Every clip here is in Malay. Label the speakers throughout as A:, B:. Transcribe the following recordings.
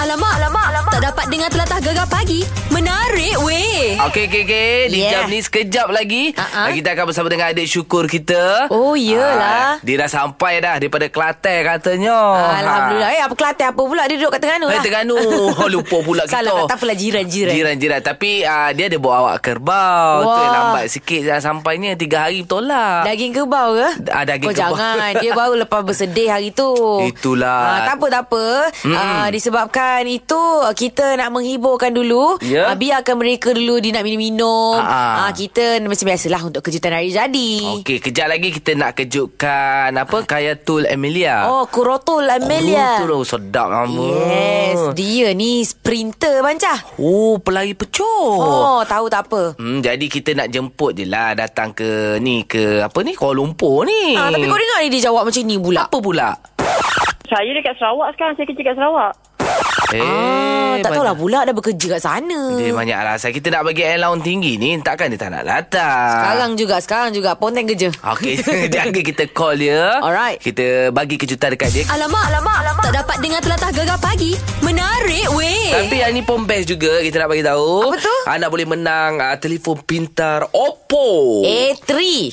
A: alamak, alamak, alamak. Tak dapat dengar telatah gegar pagi. Menarik weh.
B: Okey, okey, okey. Di
A: Yeah.
B: jam ni sekejap lagi.
A: Ah, ah.
B: Kita akan bersama dengan adik syukur kita.
A: Oh, iyalah.
B: Ah, dia dah sampai dah daripada Kelantan katanya.
A: Alhamdulillah. Eh, apa Kelantan apa pula dia duduk kat Terengganu
B: Ha. Eh,
A: lah.
B: Terengganu. Oh, lupa pula kita.
A: Salah kata apalah jiran-jiran.
B: Jiran-jiran. Tapi uh, dia ada bawa awak kerbau. Tu
A: Wah.
B: yang lambat sikit dah sampainya. Tiga hari bertolak.
A: Daging kerbau ke?
B: Ah, daging
A: Kau
B: kerbau.
A: jangan. Dia baru lepas bersedih hari tu.
B: Itulah.
A: Ah, tak apa, tak apa. Ah, disebabkan itu, ah, kita nak menghiburkan dulu.
B: Ya.
A: Ah, biarkan mereka dulu dia nak minum-minum.
B: Ah, ah.
A: Ah, kita macam biasalah untuk kejutan hari jadi.
B: Okey, kejap lagi kita nak kejutkan apa Kayatul Amelia.
A: Ah. Oh, Kurotul Amelia.
B: Oh, tu dah sedap nama.
A: Yes, dia ni sprinter bancah.
B: Oh, pelari pecoh.
A: Oh, tahu tak apa.
B: Hmm, jadi kita nak jemput je lah datang ke ni ke apa ni Kuala Lumpur ni.
A: Ah, tapi kau dengar ni dia jawab macam ni pula.
B: Eh. apa pula?
C: Saya dekat Sarawak sekarang. Saya kerja kat Sarawak.
B: Eh,
A: Ah, tak tahulah
B: banyak-
A: pula dah bekerja kat sana.
B: Dia banyak alasan. Kita nak bagi allowance tinggi ni, takkan dia tak nak datang.
A: Sekarang juga, sekarang juga. Ponteng kerja.
B: Okey, jaga kita call dia.
A: Alright.
B: Kita bagi kejutan dekat dia.
A: Alamak, alamak, alamak. Tak dapat dengar telatah gegar pagi. Menarik weh.
B: Tapi yang ni pun best juga kita nak bagi tahu.
A: Apa tu?
B: Anak boleh menang uh, telefon pintar Oppo.
A: A3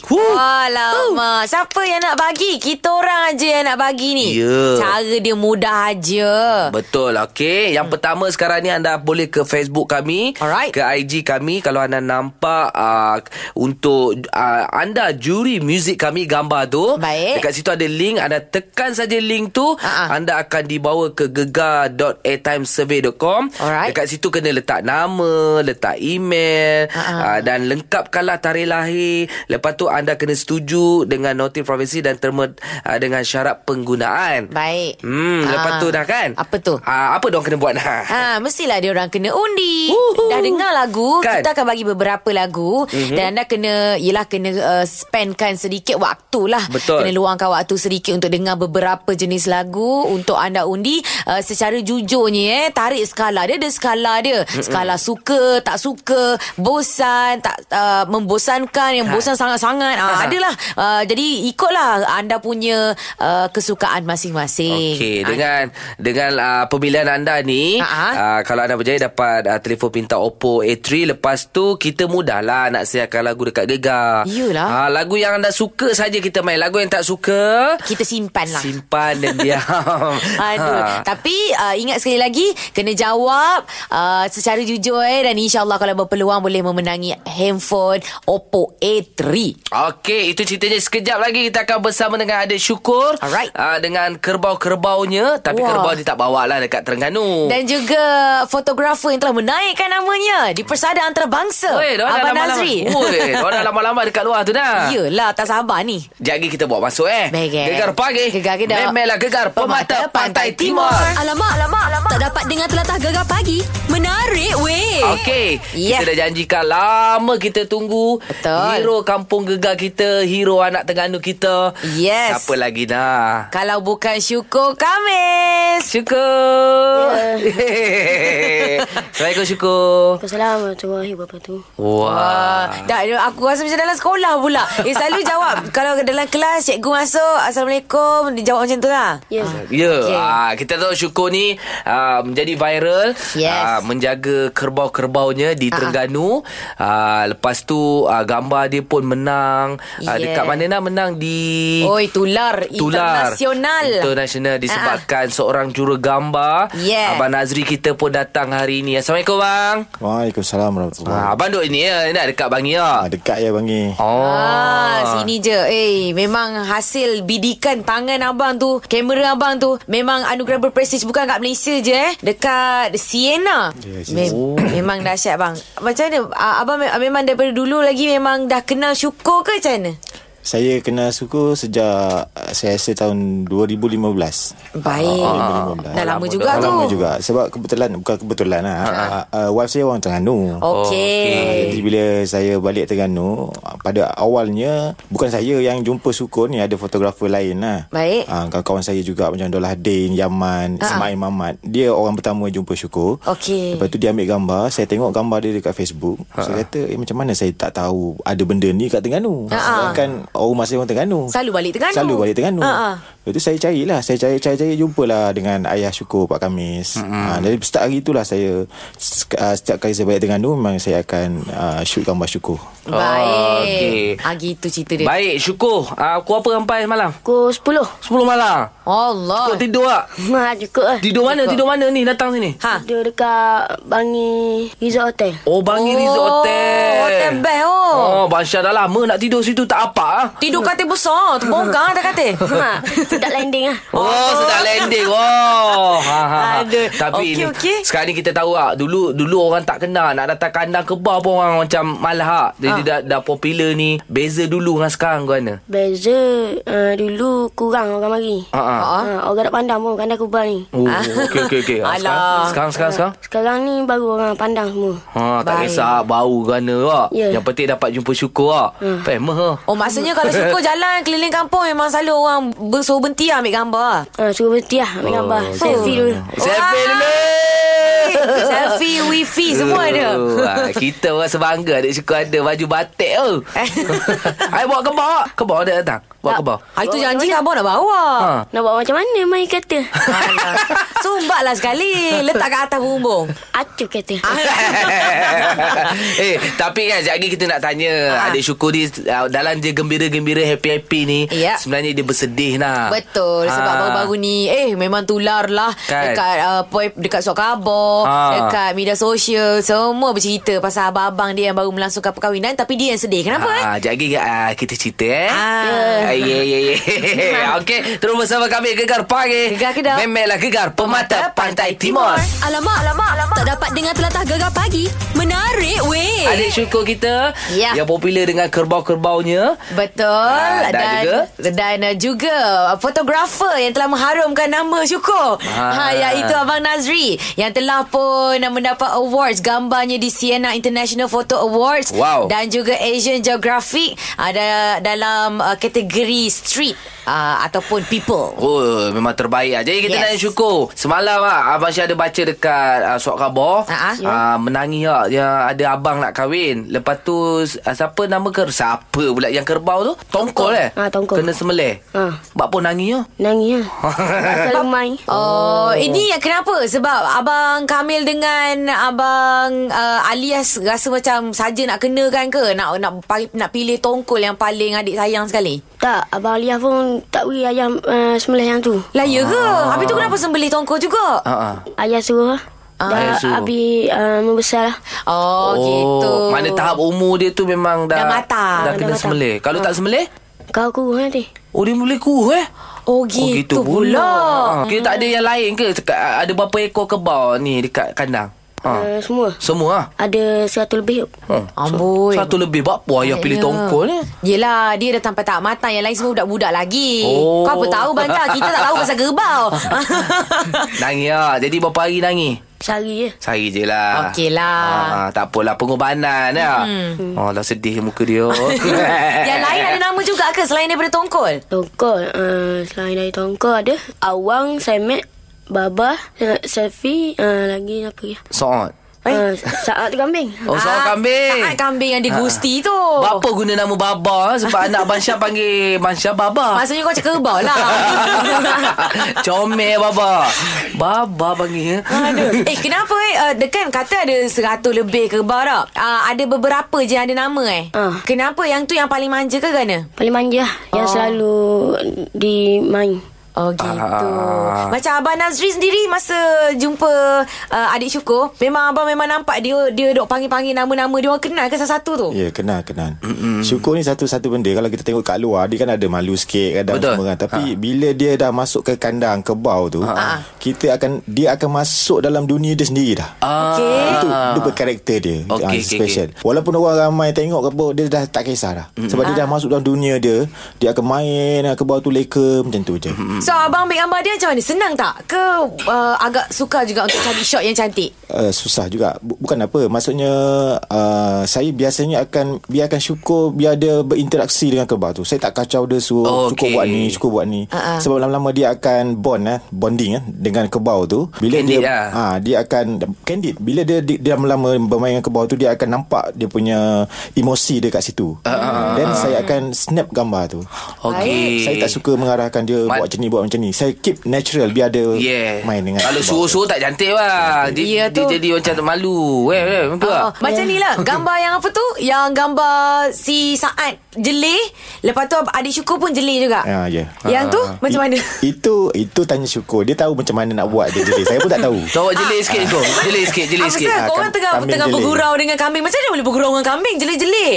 B: Huh.
A: Alamak Siapa yang nak bagi Kita orang aja yang nak bagi ni
B: Ya.
A: Cara dia mudah aja
B: Betul, okey. Yang hmm. pertama sekarang ni anda boleh ke Facebook kami,
A: Alright.
B: ke IG kami kalau anda nampak uh, untuk uh, anda juri muzik kami gambar tu.
A: Baik.
B: Dekat situ ada link, anda tekan saja link tu,
A: Ha-ha.
B: anda akan dibawa ke gegar.airtimesurvey.com.
A: Alright.
B: Dekat situ kena letak nama, letak email
A: Ha-ha.
B: uh, dan lengkapkanlah tarikh lahir. Lepas tu anda kena setuju dengan notif profesi dan terma uh, dengan syarat penggunaan.
A: Baik
B: Hmm,
A: Ah.
B: lepas tu dah kan?
A: Apa tu?
B: Ah, apa dong kena buat dah?
A: Ha, mestilah dia orang kena undi.
B: Uhuhu.
A: Dah dengar lagu,
B: Uhuh. Kan? Mhm.
A: kan? kita akan bagi beberapa lagu mm-hmm. dan anda kena yalah kena uh, spendkan sedikit waktu lah.
B: Betul.
A: Kena luangkan waktu sedikit untuk dengar beberapa jenis lagu untuk anda undi uh, secara jujurnya eh tarik skala dia ada skala dia.
B: Mhm.
A: Mm-hmm. Skala suka, tak suka, bosan, tak uh, membosankan, yang
B: Ha.
A: bosan sangat-sangat.
B: Ha.
A: Ah, adalah. Uh, jadi ikutlah anda punya uh, kesukaan masing-masing.
B: Okey,
A: Ah,
B: dengan dengan uh, pemilihan anda ni,
A: Ha-ha.
B: uh, kalau anda berjaya dapat uh, telefon pintar Oppo A3, lepas tu kita mudahlah nak siarkan lagu dekat Gegar.
A: Yelah.
B: Uh, lagu yang anda suka saja kita main. Lagu yang tak suka
A: kita simpan lah.
B: simpan dan diam.
A: Aduh.
B: Ha.
A: Tapi uh, ingat sekali lagi kena jawab uh, secara jujur eh dan insyaallah kalau berpeluang boleh memenangi handphone Oppo A3.
B: Okey, itu ceritanya sekejap lagi kita akan bersama dengan Adik Syukur
A: Alright.
B: uh, dengan kerbau-kerbaunya tapi
A: Wah.
B: kerbau dia tak bawa lah dekat Terengganu.
A: Dan juga fotografer yang telah menaikkan namanya di Persada Antarabangsa.
B: Oi, dah
A: Abang
B: lama-lama.
A: Nazri. Ya.
B: Oi, dah lama-lama dekat luar tu dah.
A: Yelah, tak sabar ni.
B: Jadi kita buat masuk eh.
A: Baik, eh.
B: Gegar pagi.
A: Gegar Kedah.
B: Memelah gegar pemata, pantai, timur.
A: Alamak, alamak, alamak. Tak dapat dengar telatah gegar pagi. Menarik weh.
B: Okey,
A: Yeah.
B: kita dah janjikan lama kita tunggu
A: Ya. Betul.
B: hero kampung gegar kita, hero anak Terengganu kita.
A: Yes.
B: Siapa lagi dah?
A: Kalau bukan syukur Kamis.
B: Syukur.
A: Ya.
B: Assalamualaikum Syukur.
D: Assalamualaikum warahmatullahi wabarakatuh.
B: Wah.
A: Ah, dah, aku rasa macam dalam sekolah pula. Eh, selalu jawab. kalau dalam kelas, cikgu masuk, Assalamualaikum. Dia jawab macam tu lah.
B: Ya,
D: Ya.
B: yeah.
A: Okey.
B: ah, kita tahu Syukur ni ah, menjadi viral Ah,
A: Yes. ah.
B: menjaga kerbau-kerbaunya di Terengganu. Ah, lepas tu ah, gambar dia pun menang ah,
A: Yeah.
B: dekat mana nak menang di
A: Oi, tular.
B: Eh, Tular
A: Oh, Internasional. Ah,
B: Internasional disebabkan seorang juru gambar
A: Yeah.
B: Abang Nazri kita pun datang hari ni Assalamualaikum bang
E: Waalaikumsalam warahmatullahi
B: ah, Abang duduk ni ya Nak dekat Bang
E: wabarakatuh. Ah,
B: Ya
E: dekat ya bangi.
B: Oh
A: Ah, sini je. Eh, memang hasil bidikan tangan abang tu, kamera abang tu memang anugerah berprestij bukan kat Malaysia je eh, dekat Siena.
E: Yes, yes.
A: Mem- Memang dahsyat bang. Macam mana ah, abang me- memang daripada dulu lagi memang dah kenal syukur ke macam mana?
E: Saya kenal suku sejak ah, saya rasa tahun 2015.
A: Baik.
E: Ah,
A: dah lama
B: lama
A: juga tu.
E: Lama juga sebab kebetulan bukan kebetulan lah. Uh, wife saya orang Terengganu.
B: Okey.
A: Okey.
E: Jadi bila saya balik Terengganu ah, Pada awalnya Bukan saya yang jumpa Sukun ni Ada fotografer lain lah
A: Baik. Ah.
E: Ah, Kawan-kawan saya juga Macam Dolah Din Yaman uh Ismail Mamat Dia orang pertama jumpa Syukur
A: Okey.
E: Lepas tu dia ambil gambar Saya tengok gambar dia dekat Facebook Saya kata eh, Macam mana saya tak tahu Ada benda ni kat Terengganu
A: Ah.
E: Sedangkan rumah saya orang Terengganu.
A: Selalu balik Terengganu.
E: Selalu balik Terengganu.
A: Ha, ha.
E: Lepas tu saya carilah, saya cari cari cari jumpalah dengan ayah syukur Pak Kamis. Mm-hmm. Ha, dari start hari itulah saya sek- ah, setiap kali saya balik Terengganu memang saya akan uh, shoot gambar syukur.
A: Baik.
B: Okey.
A: Ah gitu cerita dia.
B: Baik, syukur. Ah, aku apa sampai malam?
D: Pukul 10.
B: 10 malam.
A: Allah.
B: Kau tidur tak?
D: Ha, cukup lah.
B: Tidur mana? Tidur mana ni? Datang sini.
A: Ha.
D: Tidur dekat Bangi Resort Hotel.
B: Oh, Bangi Resort Hotel.
A: hotel best, oh.
B: Oh, Bang Syah dah lama nak tidur situ tak apa. ah.
A: Tidur katil besar. Terbongkar tak katil.
D: Ha, sedap landing lah.
B: Oh, oh sedap landing. Oh. Ha, ha, ha.
A: Aduh.
B: Tapi
A: Okey,
B: okay,
A: okey.
B: okay. sekarang ni kita tahu ah dulu dulu orang tak kenal nak datang kandang kebab pun orang macam malah ah. Jadi dah, dah popular ni. Beza dulu dengan sekarang kau mana?
D: Beza uh, dulu kurang orang mari.
B: Ha ah.
D: Ha, orang tak pandang pun kandang kubal ni. Ha,
B: Oh, okey okey okey. Ah,
A: Alah.
B: Sekarang sekarang sekarang. sekarang.
D: Sekarang ni baru orang pandang semua.
B: Ha, tak
A: Baik.
B: kisah bau kerana lah.
D: Ya.
B: Yang penting dapat jumpa syukur lah. Hmm. Famous lah.
A: Oh maksudnya kalau syukur jalan keliling kampung memang selalu orang bersuruh berhenti lah ambil gambar. lah.
D: Ha, suruh berhenti lah
B: Oh,
D: ambil gambar. Selfie dulu.
B: Selfie
A: Wah.
B: dulu.
A: Selfie, wifi semua ada.
B: Oh, ah, kita orang sebangga adik syukur ada baju batik tu.
A: Eh.
B: Ai bawa kebau. Kebau ada datang. Bawa kebau.
A: Ha, itu janji kamu nak bawa.
B: Ha.
D: Nak buat macam mana mai kata?
A: Alah. Sumbatlah lah sekali. Letak kat atas bumbung.
D: Acuh kata.
B: eh tapi kan sekejap lagi kita nak tanya
A: Ah.
B: adik syukur ni ah, dalam dia gembira-gembira happy-happy ni
A: Ya.
B: sebenarnya dia bersedih lah.
A: Betul sebab
B: Ah.
A: baru-baru ni eh memang tular lah
B: Kan?
A: dekat uh, poi- dekat surat khabar,
B: Ha.
A: dekat media sosial semua bercerita pasal abang-abang dia yang baru melangsungkan perkahwinan tapi dia yang sedih. Kenapa eh?
B: Ah, jap lagi ah, kita cerita eh.
A: Ah.
B: Ah, Ya, ya, ya. Okey, terus bersama kami Gegar Pagi.
A: Gegar Kedah.
B: Memelah Gegar Pemata Pantai Timur.
F: Alamak, alamak, alamak. Tak dapat dengar telatah gegar pagi. Menarik, weh.
B: Adik syukur kita
A: Eh. Ya.
B: yang popular dengan kerbau-kerbaunya.
A: Betul
B: Ah, dan juga?
A: dan uh, juga uh, fotografer yang telah mengharumkan nama syukur.
B: Ah.
A: Ha iaitu abang Nazri yang telah pun uh, mendapat awards gambarnya di Siena International Photo Awards
B: Wow.
A: dan juga Asian Geographic ada dalam uh, kategori street uh, ataupun people.
B: Oh, memang terbaik lah. Jadi kita yes.
A: Yes.
B: nak syukur. Semalam lah, Abang Syah ada baca dekat uh, surat khabar.
A: Ah, ah.
B: Uh, menangis lah. Yang ada abang nak kahwin. Lepas tu, uh, siapa nama ker? Siapa pula yang kerbau tu? Tongkol eh?
D: Ah, tongkol.
B: Kena semelih.
A: Ha.
D: Ah.
B: Bak pun nangis lah.
D: Nangis lah. Selalu main.
A: Oh, ini yang kenapa? Sebab abang Kamil dengan abang uh, Alias rasa macam saja nak kena kan ke? Nak nak pa- nak pilih tongkol yang paling adik sayang sekali.
D: Tak, Abang Aliah pun tak beri ayam uh, sembelih yang tu.
A: Lah ya ke? Habis tu kenapa sembelih tongkol juga?
B: Ah, ah.
D: Ayah suruh lah.
B: Ayah
D: Dah
B: suruh.
D: habis uh, membesar lah.
A: Oh, oh gitu.
B: Mana tahap umur dia tu memang dah
A: Dah matang. Ha.
B: Dah
A: Dah
B: kena
D: matang.
B: semelih. Kalau tak semelih,
D: Kau kurus nanti.
B: oh dia boleh kuruh eh.
A: Oh gitu, oh, gitu pula. Hmm.
B: Ha. Kita tak ada yang lain ke? Dekat- Ada berapa ekor kebau ni dekat kandang? Ha.
A: Hmm.
D: Uh, semua.
B: Semua ah.
D: Ada 100 lebih.
B: Ha.
A: Amboi.
B: Satu lebih buat apa
A: Ya
B: ayah pilih tongkol ni?
A: Yelah Dia dah sampai tak matang Yang lain semua budak-budak lagi
B: Oh.
A: Eh, Kau apa tahu bandar Kita tak tahu pasal gerbau
B: Nangis lah. Jadi berapa hari nangis?
D: Sehari je.
B: Sehari je lah.
A: Okey lah.
B: Ha, tak apalah pengorbanan lah. Hmm. Oh, dah sedih muka dia.
A: Yang lain ada nama juga ke Selain daripada tongkol
D: Tongkol. Uh, selain dari tongkol ada Awang, Saimet, Baba, Se- Selfie, uh, lagi apa ya?
B: Soat.
D: Uh, saat kambing.
B: Oh, soat
A: Ah,
B: kambing.
A: Saat kambing Ah. yang digusti tu
B: Bapa guna nama Baba sebab anak Bansyah panggil Bansyah Baba.
A: Maksudnya kau cakap gerbau lah
B: Comel Baba. Baba panggil. ya.
A: Aduh. Eh kenapa eh uh, Dekan kata ada 100 lebih ke barak uh, Ada beberapa je yang ada nama eh
D: Ah.
A: Kenapa yang tu yang paling manja ke kerana
D: Paling manja lah. Yang selalu dimain.
A: Oh gitu
B: Ah.
A: Macam Abang Nazri sendiri Masa jumpa uh, Adik Syukur Memang Abang memang nampak Dia dia duk panggil-panggil Nama-nama dia orang kenal ke Satu-satu tu
E: Ya, yeah, kenal, kenal. Mm-mm. Syukur ni satu-satu benda. Kalau kita tengok kat luar, dia kan ada malu sikit kadang
B: Betul.
E: semua kan. Tapi ha. bila dia dah masuk ke kandang kebau tu, ha. kita akan dia akan masuk dalam dunia dia sendiri dah.
B: Ah.
A: Okey.
E: Itu dia berkarakter dia
B: Okey,
E: okay,
B: okey,
E: uh, Special okay, okay. Walaupun orang ramai tengok kebau Dia dah tak kisah dah mm. Sebab dia dah masuk dalam dunia dia Dia akan main ah, Kebau tu leka Macam tu je mm.
A: So abang ambil gambar dia macam mana? Senang tak? Ke uh, agak sukar juga untuk cari shot yang cantik?
E: Uh, susah juga Bu- bukan apa maksudnya uh, saya biasanya akan biarkan syukur biar dia berinteraksi dengan kerbau tu saya tak kacau dia suruh
B: Oh, Okey.
E: okay. syukur buat ni syukur buat ni
A: Ah, ah.
E: sebab lama-lama dia akan bond eh bonding eh dengan kerbau tu bila
B: Candid
E: dia
B: lah.
E: ha, dia akan candid bila dia dia dia lama-lama bermain dengan kerbau tu dia akan nampak dia punya emosi dia kat situ
B: Ah,
E: dan saya akan snap gambar tu
B: Okey.
E: saya tak suka mengarahkan dia
B: Mat-
E: buat macam ni buat macam ni saya keep natural biar dia
B: Yeah.
E: main dengan
B: Kalau
E: kerbau tu.
B: suruh-suruh tak cantik lah. Dia,
A: Ya,
B: dia
A: tu.
B: jadi macam malu. Weh, weh, betul
A: Uh,
B: tak?
A: Macam ni lah Gambar yang apa tu Yang gambar Si Saad Jelih Lepas tu adik syukur pun jelih juga
E: Ah, ya.
A: Yang tu
E: Ah.
A: Macam
E: I-
A: mana
E: Itu itu tanya syukur. Dia tahu macam mana nak buat dia jadi. Saya pun tak tahu.
B: Kau awak jelik sikit tu. Jelik sikit, jelik
A: Apa
B: sikit. kan
A: sebab
E: Ah,
A: korang
E: kam-
A: tengah
E: kambing
A: tengah
E: jelih.
A: bergurau dengan kambing Macam mana boleh bergurau dengan kambing Jelih-jelih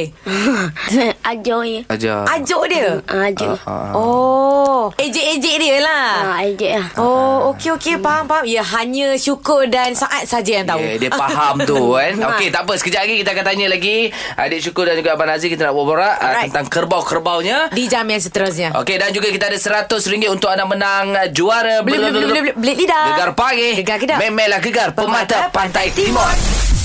D: Ajar je.
B: Ajar.
A: Ajuk dia
D: Ah, ajar.
A: Oh Ejek-ejek dia lah
D: Ah, ajar lah.
A: Oh okey okey faham faham Ya hanya syukur dan saat saja yang tahu
B: Yeah, Ya, dia faham tu kan Okey tak apa Sekejap lagi kita akan tanya lagi Adik Syukur dan juga Abang Nazir Kita nak berborak uh,
A: Alright.
B: Tentang kerbau-kerbaunya
A: Di jam yang seterusnya
B: Okey dan juga kita ada RM100 untuk anda menang uh, Juara
A: Belit- belit- belit- belit- belit lidah.
B: Gegar pagi
A: Gegar kedah.
B: Memelah gegar Pemata Pantai Timur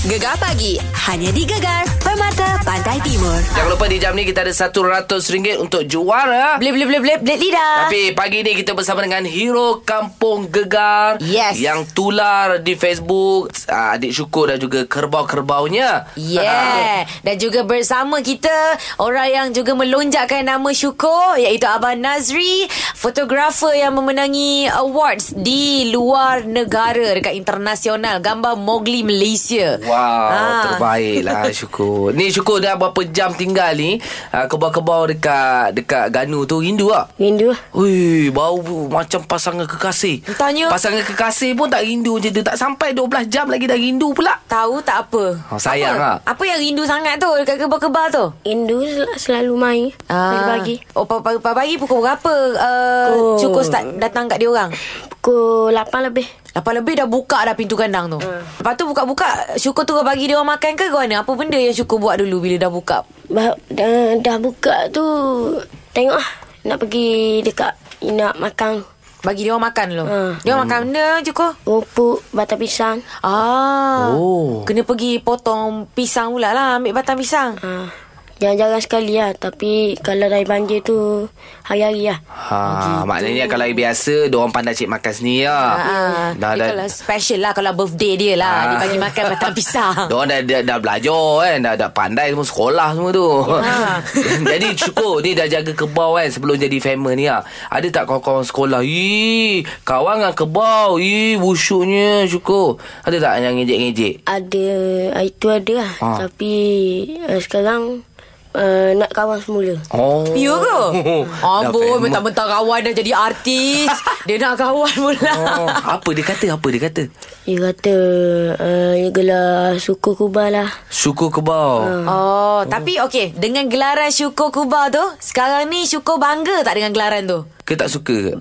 F: Gegar pagi hanya di Gegar Permata Pantai Timur.
B: Jangan lupa di jam ni kita ada RM100 untuk juara
A: Belit belit belit belit belit lidah
B: Tapi pagi ni kita bersama dengan Hero Kampung Gegar
A: Yes.
B: Yang tular di Facebook uh, Adik Syukur dan juga kerbau-kerbaunya
A: Yeah Dan juga bersama kita Orang yang juga melonjakkan nama syukur Iaitu Abang Nazri Fotografer yang memenangi awards Di luar negara Dekat internasional Gambar Mowgli Malaysia
B: Wow,
A: Ah.
B: terbaik lah Syukur. Ni Syukur dah berapa jam tinggal ni? Uh, kebau-kebau dekat dekat Ganu tu rindu tak?
D: Rindu lah.
B: Ui, bau bu- macam pasangan kekasih.
A: Tanya.
B: Pasangan kekasih pun tak rindu je tu. Tak sampai 12 jam lagi dah rindu pula.
A: Tahu tak apa
B: Oh, sayang
A: apa?
B: lah.
A: Apa yang rindu sangat tu Dekat kebar-kebar tu
D: Rindu sel- selalu main. Pagi-pagi.
A: Oh pagi, pagi pukul berapa uh,
D: Oh.
A: Syukur start datang kat dia orang
D: Pukul 8 lebih.
A: Lepas lebih dah buka dah pintu kandang tu hmm. Lepas tu buka-buka Syukur tu bagi dia orang makan ke kau mana Apa benda yang Syukur buat dulu Bila dah buka
D: Bah, dah, dah buka tu tengok lah nak pergi dekat nak makan
A: Bagi dia orang makan dulu
D: Hmm.
A: Dia orang makan benda Syukur
D: rumput batang pisang.
A: Ah, oh. Kena pergi potong pisang pula lah Ambil batang pisang
D: Ha, jarang-jarang sekali lah tapi kalau dari banjir tu hari-hari lah.
A: Oh,
B: Ha, maknanya kalau hari biasa dia orang pandai cik makan sendiri lah.
A: Ah, dia
B: Dah Ah. dah. Ha.
A: kalau special lah Kalau birthday dia lah Dia bagi makan batang pisang
B: Dia orang dah, dah, dah belajar kan Dah, dah pandai semua Sekolah semua tu
A: Ha.
B: Jadi syukur Ni dah jaga kebau kan Sebelum jadi famous ni lah Ada tak kawan-kawan sekolah Ih Kawan dengan kebau Ih Busuknya syukur Ada tak yang ngejek-ngejek
D: Ada itu ada lah
B: Ah.
D: tapi uh, sekarang uh, nak kawan semula.
B: Oh
A: Ya ke?
B: Dah
A: Amboi,
B: famous.
A: mentang-mentang kawan dah jadi artis. dia nak kawan pula.
B: Oh, apa dia kata? Apa dia kata?
D: Dia kata uh, dia gelar suku Kuba lah.
B: Syukur kebau.
A: Oh, tapi okey, dengan gelaran Syukur Kuba tu, sekarang ni Syukur bangga tak dengan gelaran tu?
B: Ke tak suka? ke?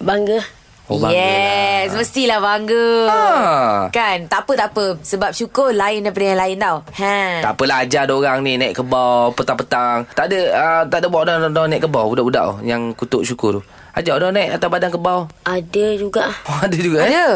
D: Bangga.
B: Oh, bangga
A: yes, lah. mestilah bangga.
B: Ah.
A: Kan? Tak apa tak apa sebab Syukur lain daripada yang lain tau. Ha.
B: Tak apalah ajar orang ni naik kebau petang-petang. Tak ada uh, tak ada bawa orang orang naik kebau budak-budak tu yang kutuk syukur tu. Ajar orang naik atas badan kebau.
D: Ada juga.
B: Oh, ada juga eh?
A: Ada.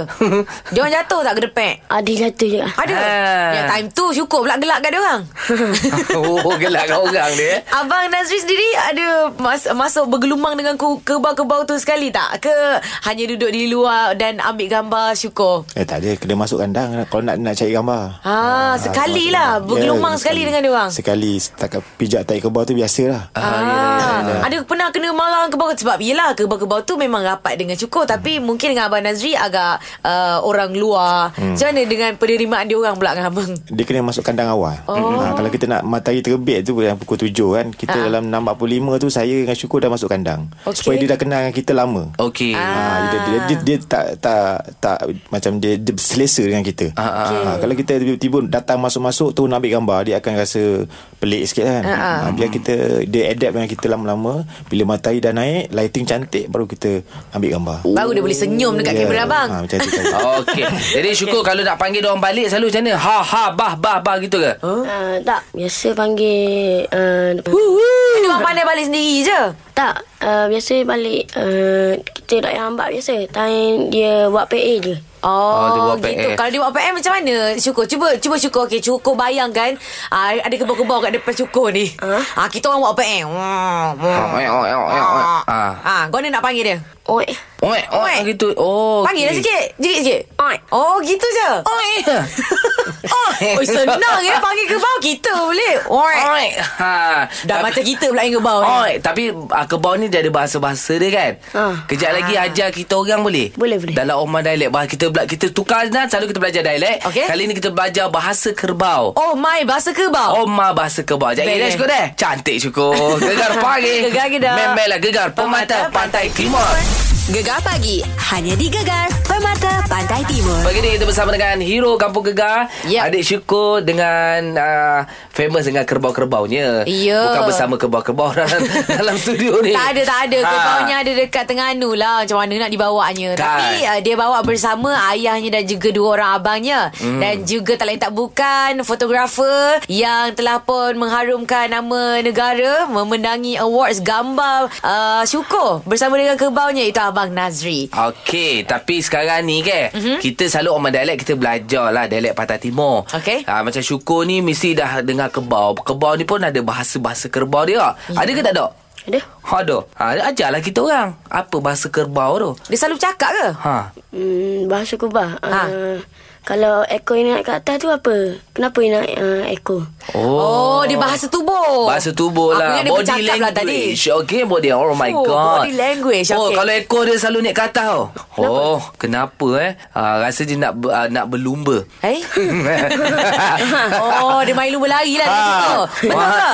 A: dia orang jatuh tak ke depek?
D: Ada satu juga.
A: Ada.
B: Ah.
A: Ya, time tu Syukur pula gelak kat dia orang.
B: oh, gelak kau orang dia eh.
A: Abang Nazri sendiri ada mas- masuk bergelumang dengan ku- kebau-kebau tu sekali tak? Ke hanya duduk di luar dan ambil gambar syukur?
E: Eh tak ada kena masuk kandang kalau nak nak cari gambar.
A: Ah, sekali lah. Bergelumang sekali dengan dia orang.
E: Ya, Sekali setakat pijak tai kebau tu biasalah.
B: ya,
A: Ah, ada pernah kena marah dengan kebau sebab yelah kebau-kebau tu memang rapat dengan syukur
B: Hmm.
A: tapi mungkin dengan Abang Nazri agak uh, orang luar.
B: Hmm.
A: Macam mana dengan penerimaan dia orang pula dengan abang?
E: Dia kena masuk kandang awal.
A: Oh.
E: Ha, kalau kita nak matahari terbit tu yang pukul 7 kan, kita
A: Ah.
E: dalam 6.45 tu saya dengan Syukur dah masuk kandang.
A: Okey.
E: Supaya dia dah kenal dengan kita lama.
B: Okey.
A: Ah.
E: Ha, dia, dia, dia, dia tak tak tak macam dia, dia selesa dengan kita.
B: Ah, ah,
E: Ha, kalau kita tiba-tiba datang masuk-masuk tu nak ambil gambar, dia akan rasa pelik sikit kan uh-huh. ha, biar kita dia adapt dengan kita lama-lama bila matahari dah naik lighting cantik baru kita ambil gambar
A: Baru dia boleh senyum Oh, dekat
E: Ya.
A: kamera abang.
B: Ah,
E: ha, macam tu kan.
B: Okey. Jadi syukur kalau nak panggil dia orang balik selalu macam mana? Ha ha bah bah bah gitu ke?
A: Oh.
B: Huh?
D: Uh, tak, biasa panggil uh,
A: Dia orang pandai balik sendiri je.
D: Tak, uh, biasa balik uh, Kita tak yang hambat biasa Time dia buat PA je
B: Oh, dia
A: Oh,
B: buat
A: gitu.
B: PM.
A: Kalau dia buat PM macam mana? Syukur. Cuba cuba syukur. Okey, syukur bayangkan ah, ada kebau-kebau kat depan syukur ni. Ah, kita orang buat PM.
B: Oh,
A: Ah.
B: eh, oh, eh, oh, eh, oh. Ah.
A: Ah, kau ni nak panggil dia?
D: Oi,
B: Oi, oi
A: Oi.
B: gitu. Oh.
A: Panggil dia
B: okey.
A: sikit. Sikit sikit.
D: Oi.
A: Oh, gitu je.
B: Oi. Oi.
A: Oh, senang ya panggil kebau kita boleh. Oi.
B: Oi. Ha.
A: Dah
B: Tapi-
A: macam kita pula yang eh. kebau. ni.
B: Oi, tapi uh, kebau ni dia ada bahasa-bahasa dia kan.
D: Ha.
B: Kejap lagi ajar kita orang boleh?
D: Boleh, boleh.
B: Dalam Omar dialek bah kita bela- kita tukar Azna selalu kita belajar dialek.
A: Okey.
B: Kali ni kita belajar bahasa kerbau.
A: Oh, my bahasa kebau.
B: Omar bahasa kebau Jadi
A: Baik.
B: dah syukur dah Cantik syukur Gegar pagi
A: Gegar gedak.
B: Memelah gegar Pemata Pantai Timur
F: Gegar pagi hanya di Gegar Permata Pantai Timur.
B: Pagi ni kita bersama dengan Hero Kampung Gegar
A: Yep.
B: Adik Syukur dengan uh, Famous dengan kerbau-kerbaunya
A: Ya.
B: Bukan bersama kerbau-kerbau dalam, dalam studio ni
A: Tak ada tak ada
B: Ha.
A: Kebaunya ada dekat Tengganu lah Macam mana nak dibawanya
B: Kan.
A: Tapi uh, dia bawa bersama Ayahnya dan juga Dua orang abangnya hmm. Dan juga tak lain tak bukan Fotografer Yang telah pun Mengharumkan nama negara Memenangi awards Gambar uh, Syukur Bersama dengan kebaunya Itu Abang Nazri
B: Okey, tapi sekarang ni ke,
A: Mhm.
B: mm-hmm. kita selalu orang dialek kita belajar lah dialek Pantai Timur.
A: Okey.
B: Ah, macam syukur ni mesti dah dengar kebau. Kebau ni pun ada bahasa-bahasa kerbau
A: Ya.
B: dia. Yeah. Ada ke tak ada?
D: ada?
B: Ada. Ha, ajarlah kita orang. Apa bahasa kerbau tu?
A: Dia selalu bercakap ke?
B: Ha.
D: Hmm, bahasa kubah
A: Ha.
D: ha. uh, Kalau ekor yang naik kat atas tu apa? Kenapa yang naik uh, ekor?
A: Oh, dia bahasa tubuh.
B: Bahasa tubuh
A: Aku
B: lah
A: ingat dia
B: Body
A: bercakap lah tadi.
B: language Okay body Oh my
A: Oh,
B: god
A: body language,
B: Oh
A: okey.
B: kalau ekor dia selalu naik ke atas tau Oh kenapa eh ha, Rasa dia nak ber- ah, nak berlumba
A: Eh? oh, dia main lumba lari lah dekat
B: Ah.
A: situ. Betul ke?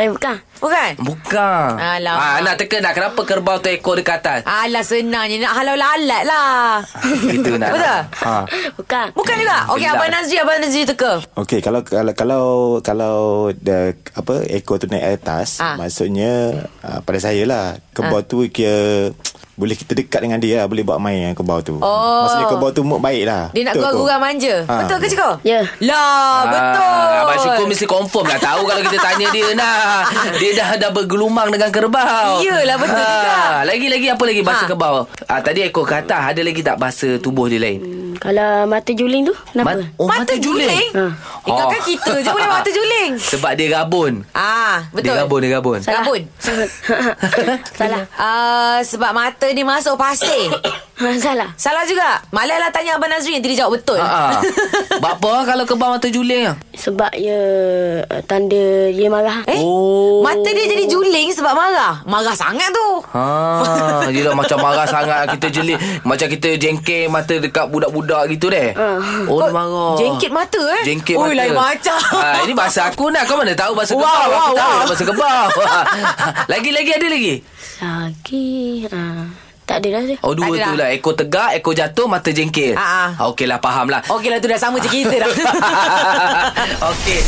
D: Eh, bukan
A: Bukan?
B: Bukan
A: Alamak.
B: Ah, Nak tekan nak Kenapa kerbau tu ekor dia ke atas
A: Alah senangnya Nak halau lalat lah
B: Gitu Ah, nak
A: Betul?
B: ha.
D: Bukan
A: Bukan juga Okey
B: Gelap.
A: Abang Nazri Abang Nazri teka
E: Okey kalau kalau kalau kalau the, apa ekor tu naik atas
A: Ah.
E: ha. maksudnya uh, pada saya lah kebau ha. tu kira boleh kita dekat dengan dia lah, boleh buat main dengan kebau tu.
A: Oh.
E: Maksudnya kebau tu mood baik lah.
A: Dia nak
E: Betul
A: keluar
E: tu.
A: gurau manja
E: Ah.
A: Betul ke cikgu?
D: Ya.
A: Lah betul
B: Ah, Abang Syukur mesti confirm lah Tahu kalau kita tanya dia nah. Dia dah dah bergelumang dengan kerbau Ah,
A: Iyalah, betul juga.
B: Lagi-lagi apa lagi bahasa
A: Ha.
B: kerbau ah, Tadi ekor ke atas Ada lagi tak bahasa tubuh dia lain
D: Hmm, Kalau mata juling tu, kenapa?
B: Mat- oh,
A: Mata juling
D: Ha.
A: Ingat kan
B: Oh.
A: kita je boleh mata juling
B: Sebab dia gabun
A: Ah, betul.
B: Dia gabun Dia gabun
A: Salah. Gabun.
D: Salah
A: Ah, sebab mata dia masuk pasir.
D: Ha, Salah
A: Salah juga. Malah lah tanya Abang Nazri nanti dia jawab betul.
B: Ah, ah. Bapa kalau kerbau mata juling ah?
D: Sebab dia uh, Tanda dia marah
A: Eh?
B: Oh.
A: Mata dia jadi juling sebab marah. Marah sangat tu.
B: Ha, gila macam marah sangat kita jeli. Macam kita jengking mata dekat budak-budak gitu deh. Oh, dia
A: Ah. Kau
B: marah.
A: jengkit mata, eh?
B: Jengkit
A: Ui,
B: mata.
A: lain macam.
B: Ah, ini bahasa aku nak. Kau mana tahu bahasa
A: Wow,
B: kebau.
A: wow,
B: aku tahu
A: wow.
B: bahasa kebau. Lagi-lagi ada lagi.
D: Lagi ha. Tak ada dah tu
B: Oh,
A: Tak
B: dua
A: ada
B: tu
A: dah.
B: lah. Ekor tegak, ekor jatuh, mata jengkit.
A: Ah, ah.
B: Okey lah, faham lah.
A: Okeylah tu dah sama je kita dah.
B: Okey.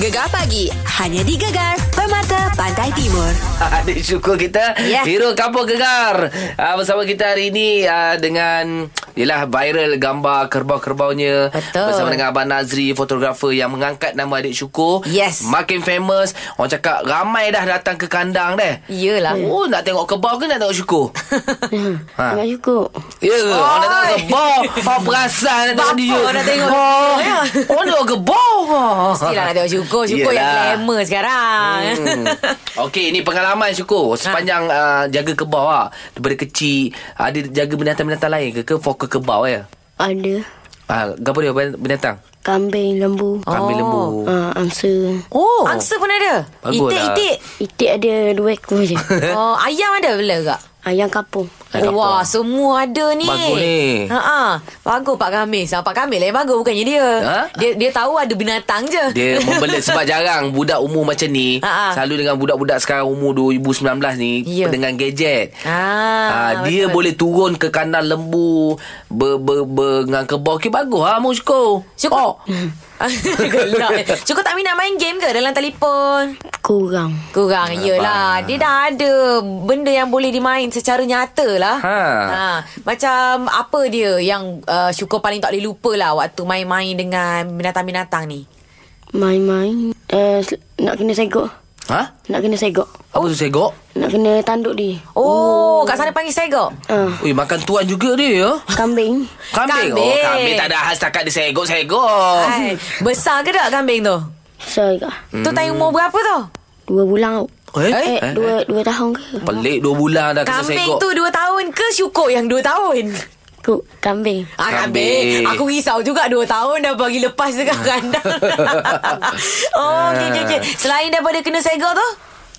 F: Gegar pagi hanya di Gegar Permata Pantai Timur.
B: Adik syukur kita
A: Ya.
B: yeah. Hero Kampung Gegar uh, Bersama kita hari ini uh, Dengan Yelah viral gambar kerbau-kerbaunya
A: Betul.
B: Bersama dengan Abang Nazri Fotografer yang mengangkat nama adik syukur
A: Yes.
B: Makin famous Orang cakap ramai dah datang ke kandang deh
A: Yelah.
F: Hmm.
B: Oh nak tengok kerbau ke nak tengok syukur
D: ha. Dengan syukur
B: Ya yeah, orang nak tengok
A: Oi.
B: kerbau Orang perasan nak tengok
A: Bapa
B: dia
A: nak tengok
B: oh,
A: dia, ya.
B: Orang tengok kerbau
A: Mestilah nak tengok syukur Syukur yang
B: Yelah.
A: glamour sekarang
B: Hmm. Okey, ni pengalaman syukur sepanjang ha. uh, jaga kebau ah. Daripada kecil ada jaga binatang-binatang lain ke ke fokus kebau ya.
D: Ada
B: Ah, apa dia bin- binatang?
D: Kambing, lembu
B: Kambing
A: Oh.
B: lembu.
D: Ah, angsa.
A: Oh Angsa pun ada
B: Bagus
A: Itik
B: lah.
A: itik
D: Itik ada dua ekor je.
A: Oh ayam ada bila juga
D: Ayam kampung.
B: Ayam
A: Wah,
B: kampung.
A: semua ada ni.
B: Bagus ni.
A: Ha Bagus Pak Kamis. Ah, Pak Kamis lah yang bagus bukannya dia.
B: Ha?
A: Dia dia tahu ada binatang je.
B: Dia membelit sebab jarang budak umur macam ni.
A: Ha, ha.
B: Selalu dengan budak-budak sekarang umur 2019 ni
A: Ya.
B: dengan gadget.
A: Ah,
B: Ah, dia
A: betul.
B: boleh turun ke kandang lembu ber, ber, ber, dengan kebau. Okay, bagus ha, Mushko.
A: Cukup. Gelak. eh. Cukup tak minat main game ke dalam telefon?
D: Kurang.
A: Kurang Yelah Dia dah ada Benda yang boleh dimain Secara nyata lah
B: Ha.
A: Macam Apa dia Yang uh, Syukur paling tak boleh lupa lah Waktu main-main dengan Binatang-binatang ni
D: Main-main. Uh, nak kena segok.
B: Ha?
D: Nak kena segok.
B: Apa tu segok?
D: Nak kena tanduk dia.
A: Oh, oh. Kat sana panggil segok
D: Uh,
B: Ui, makan tuan juga dia ya.
D: kambing.
B: Kambing. Oh,
A: Kambing.
B: kambing tak ada khas setakat dia segok-segok.
A: Hai. Besar ke tak kambing tu?
D: Besar juga.
A: Tu tayang umur berapa tu?
D: Dua bulan kot.
B: Eh?
D: Eh, dua, dua tahun ke?
B: Pelik dua bulan dah kena
A: Kambing
B: segok.
A: tu 2 tahun ke syukur yang 2 tahun?
D: Kut, kambing.
A: Ah,
B: Kambing.
A: kambing. Aku risau juga 2 tahun dah bagi lepas dekat kandang. oh, okey okey okey. Selain daripada kena segok tu,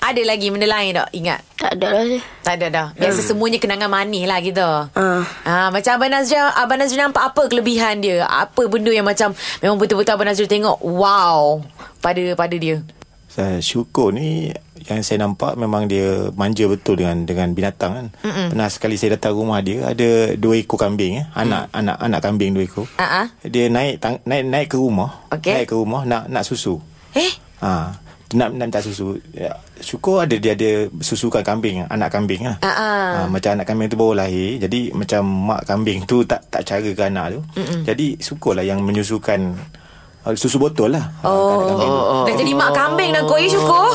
A: ada lagi benda lain tak? Ingat.
D: Tak ada lah je.
A: Tak ada dah. Biasa
E: Hmm.
A: semuanya kenangan manis lah kita.
D: Ah.
A: Ah, macam Abang Nazria, Abang Nazria nampak apa kelebihan dia? Apa benda yang macam memang betul-betul Abang Nazria tengok wow pada pada dia.
E: Saya syukur ni yang saya nampak memang dia manja betul dengan dengan binatang kan. Mm-mm. Pernah sekali saya datang rumah dia ada dua ekor kambing eh. Anak mm. anak anak kambing dua ekor.
A: Ah, ah.
E: Dia naik tang, naik naik ke rumah.
A: Okey.
E: Naik ke rumah nak nak susu.
A: Eh,
E: Ha. Dia Nak, nak minta susu Ya, Syukur ada dia ada Susukan kambing Anak kambing lah
A: Ah, ah.
E: ha, Macam anak kambing tu baru lahir Jadi macam Mak kambing tu Tak tak cara ke anak tu Mm-mm. Jadi syukur lah Yang menyusukan uh, Susu botol lah oh. Anak kambing tu
A: dah jadi mak kambing dah koi syukur.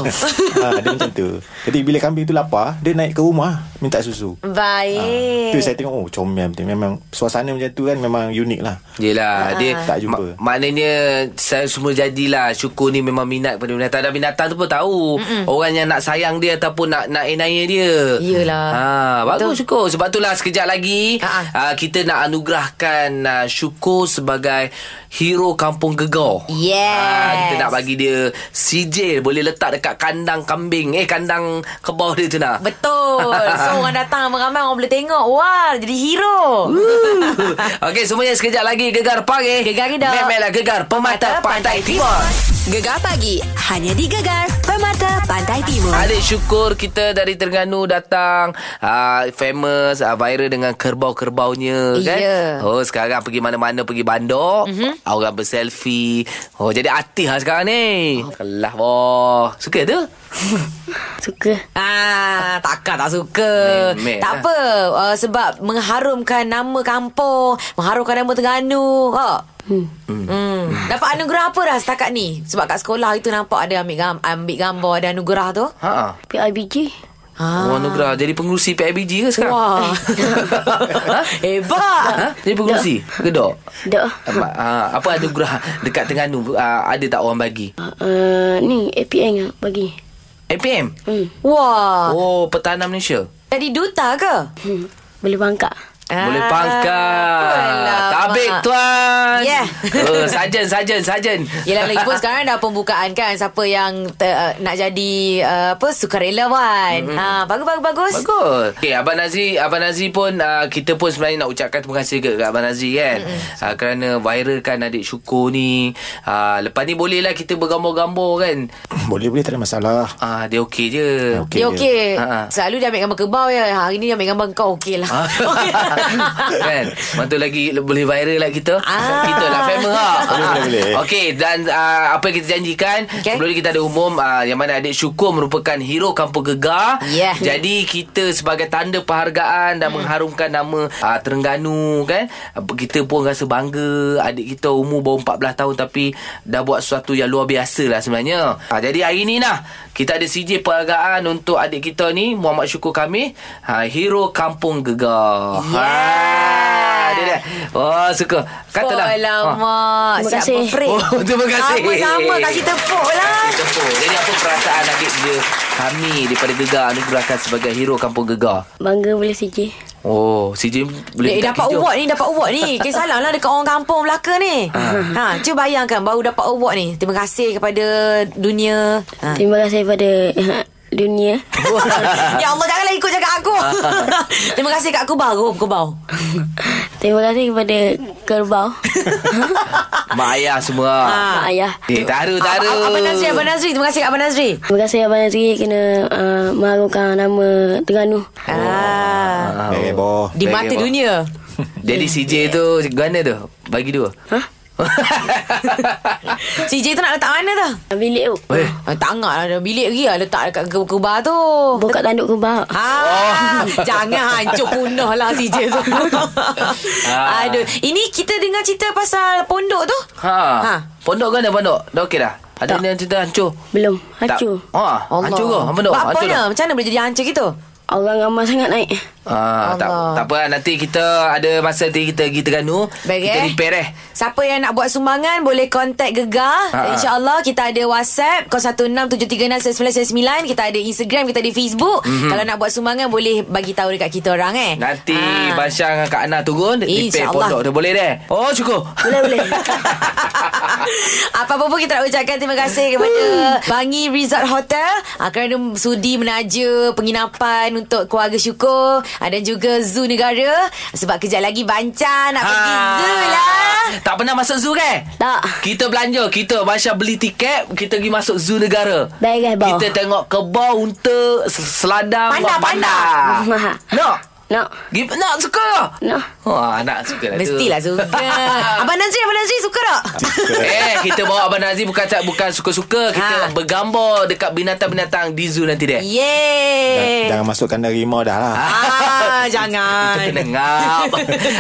E: ha, Dia macam tu Jadi bila kambing tu lapar Dia naik ke rumah Minta susu Ha.
A: Baik.
E: Tu saya tengok Oh comel betul. Memang suasana macam tu kan Memang unik lah
A: Ah,
B: Yelah dia
E: Tak jumpa.
B: Ma- maknanya saya semua jadilah syukur ni memang minat pada binatang dan binatang tu pun tahu Mm-mm. orang yang nak sayang dia ataupun nak nak enaya dia.
A: Yelah.
B: Ha bagus Betul. syukur sebab itulah sekejap lagi
A: Ha-ha.
B: uh, kita nak anugerahkan uh, syukur sebagai hero kampung gegau.
A: Yes.
B: Ah, kita nak bagi dia sijil boleh letak dekat kandang kambing eh kandang kebau dia tu nak.
A: Betul. So orang datang ramai-ramai orang boleh tengok. Wah, jadi hero.
B: Okey semuanya sekejap lagi gegar pagi.
A: Gegar kita.
B: Memelah gegar
A: Pemata
B: pemata
A: Pantai
B: pantai timur.
F: Gegar pagi hanya di Gegar Permata Pantai Timur.
B: Adik syukur kita dari Terengganu datang uh, famous uh, viral dengan kerbau-kerbaunya kan.
A: Ya.
B: Oh sekarang pergi mana-mana pergi bandar mm-hmm. orang berselfie. Oh jadi artis lah sekarang ni. Oh. Kelah boh. Suka tu?
D: Suka.
A: Ah, takkan tak suka.
B: Memek
A: tak
B: lah.
A: apa. Uh, sebab mengharumkan nama kampung, mengharumkan nama Terengganu. Ha. Hmm. hmm. Dapat anugerah apa dah setakat ni? Sebab kat sekolah itu nampak ada ambil gam- ambil gambar ada anugerah tu. Ha.
B: Ha ah.
D: PIBG.
B: Oh, anugerah jadi pengurusi PIBG ke sekarang?
A: Wah.
B: ha?
A: Hebat.
B: ha? Jadi pengurusi? Gedok?
D: Dah.
B: Apa, ah, apa anugerah dekat Terengganu uh, ada tak orang bagi?
D: Uh, ni APN lah bagi.
B: APM?
D: Hmm.
A: Wah.
B: Oh, Pertahanan Malaysia.
A: Jadi duta ke?
D: hmm. Boleh bangkak.
B: Boleh
A: Ah,
B: pangkat
A: alamak.
B: Tabik tuan
A: Yeah.
B: oh, Sajen, sajen, sajen
A: Yelah lagi pun sekarang dah pembukaan kan Siapa yang ter, uh, nak jadi uh, apa sukarelawan
B: Hmm.
A: mm-hmm. ha, Bagus, bagus, bagus
B: Bagus okay, Abang Nazri Abang Nazri pun uh, Kita pun sebenarnya nak ucapkan Terima kasih ke, ke Abang Nazri kan mm-hmm. uh, Kerana viralkan adik syukur ni uh, Lepas ni bolehlah kita bergambar-gambar kan
E: Boleh-boleh tak ada masalah
B: uh, Dia okey je
E: Okey.
A: Dia okey
B: Ha, ha.
A: Selalu dia ambil gambar kebau ya Hari ni dia ambil gambar kau okey lah Okey.
B: Ah.
A: lah.
B: kan Lepas tu lagi le- Boleh viral lah kita
A: Ah.
B: Kita lah famous lah
E: Boleh, boleh, boleh.
B: Okay dan uh, Apa yang kita janjikan okay.
A: Okay.
B: Sebelum ni kita ada umum uh, Yang mana adik syukur Merupakan hero kampung gegar
A: Yeah. Hmm.
B: Jadi kita sebagai tanda penghargaan Dan mengharumkan nama uh, Terengganu kan Apa- Kita pun rasa bangga Adik kita umur baru 14 tahun Tapi Dah buat sesuatu yang luar biasa lah sebenarnya ha, Jadi hari ni lah Kita ada CJ penghargaan Untuk adik kita ni Muhammad Syukur kami ha, Hero Kampung Gegar
A: Yeah.
B: ha, dia dah. Oh suka Katalah Ha.
A: Oh alamak
D: Ha. Terima
A: Siapa
D: kasih.
A: Fred?
B: Oh, terima kasih.
A: Sama-sama kasih tepuk lah
B: Kasih tepuk. Jadi apa perasaan adik dia kami daripada Gegar anugerahkan sebagai hero kampung Gegar?
D: Bangga boleh CJ.
B: Oh, CJ
A: Eh,
B: boleh minta
A: dapat
B: kita.
A: award ni Dapat award ni Okay salam lah Dekat orang kampung belaka ni ha, Cuba bayangkan Baru dapat award ni Terima kasih kepada Dunia ha.
D: Terima kasih kepada dunia.
A: ya Allah janganlah ikut cakap aku. Terima kasih Kak Kubau. Rom Kubau.
D: Terima kasih kepada kerbau.
B: Mak ayah semua.
D: Mak ayah.
B: Eh, taruh,
A: Ab-
B: taruh.
A: Abang Nazri, Abang Nazri. Terima kasih Kak Abang Nazri.
D: Terima kasih Abang Nazri kerana uh, mengagungkan nama Terengganu.
B: Oh.
A: Ah.
B: Ah,
E: Eh, boh.
A: Di mata
B: Okey, boh.
A: dunia.
B: Jadi CJ tu Gana tu Bagi dua
D: Hah?
A: CJ tu nak letak mana dah?
D: Bilik tu.
B: Eh
A: Ah, tak angkat lah. Ada Bilik lagi lah letak dekat ke kubah tu.
D: Buka tanduk kerbau.
A: Ha,
B: Oh.
A: jangan hancur punah lah CJ tu.
B: Ah.
A: Aduh, ini kita dengar cerita pasal pondok tu.
B: Ha.
A: Ha.
B: ha. Pondok kan dah pondok. Dah okey dah. Ada
D: Tak.
B: ni yang cerita hancur.
D: Belum.
B: Tak.
D: Hancur.
B: Ha. Allah. Hancur ke? Apa pondok?
A: Apa
B: Hancur.
A: ni?
B: dah.
A: Macam mana boleh jadi hancur gitu?
D: Orang ramai sangat naik.
B: Ha, tak,
A: Allah.
B: tak apa lah. nanti kita ada masa nanti kita kita ganu
A: Baik,
B: kita
A: eh?
B: repair eh.
A: Siapa yang nak buat sumbangan Boleh contact Gegar
B: Ha, ha.
A: InsyaAllah kita ada WhatsApp 0167369999 Kita ada Instagram Kita ada Facebook mm-hmm. Kalau nak buat sumbangan Boleh bagi tahu dekat kita orang eh
B: Mhm. Nanti ha.
A: Ha.
B: Basyang dengan Kak Ana turun repair
A: InsyaAllah.
B: pondok dia boleh deh. Oh cukup.
D: Boleh, boleh.
A: Apa-apa pun kita nak ucapkan terima kasih kepada Bangi Resort Hotel ah, kerana sudi menaja penginapan untuk keluarga syukur ah, dan juga Zoo Negara sebab kejap lagi Banca nak pergi
B: Ha.
A: zoo lah.
B: Ah. Tak pernah masuk zoo kan?
D: Tak.
B: Kita belanja, kita Basya beli tiket, kita pergi masuk zoo negara.
D: Baik, guys, bawah.
B: Kita tengok kebau, unta, seladang,
A: Panda,
B: panda.
D: panda.
B: Nak?
D: Nak.
B: Give, nak suka?
D: Nak.
B: Wah, nak suka lah tu.
A: Mestilah suka. Abang Nazri, Abang Nazri suka tak?
B: eh, kita bawa Abang Nazri bukan bukan suka-suka.
A: Ha. Ya.
B: Kita bergambar dekat binatang-binatang di zoo nanti deh.
A: Yeay.
E: Jangan masukkan harimau dah lah.
A: Ah,
B: Kita
A: jangan.
B: kena ngap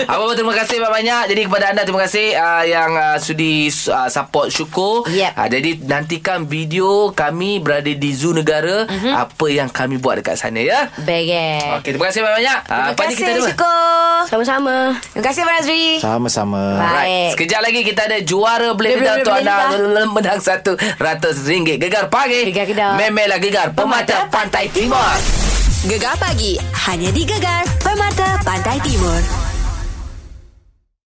B: Apa-apa terima kasih banyak-banyak Jadi kepada anda terima kasih uh, Yang uh, sudi uh, support Syukur
A: Yep.
B: Ah, Jadi nantikan video kami berada di Zoo Negara
A: Mhm.
B: Apa yang kami buat dekat sana ya
A: Baik eh.
B: Okey terima kasih banyak-banyak
A: Terima
B: Ah, apa ni
A: kasih,
B: ada?
A: Syukur.
D: Sama-sama.
A: Terima kasih, Abang Nazri.
E: Sama-sama.
A: Bye.
B: Right.
A: Baik.
B: Sekejap lagi kita ada juara
A: Boleh,
B: Boleh Bedah
A: boleh,
B: untuk
A: boleh,
B: anda Menang satu ratus ringgit Gegar pagi
A: Gegar Kedah.
B: Memelah gegar Pemata Pantai Timur
F: Gegar pagi. Hanya di Gegar Permata Pantai Timur.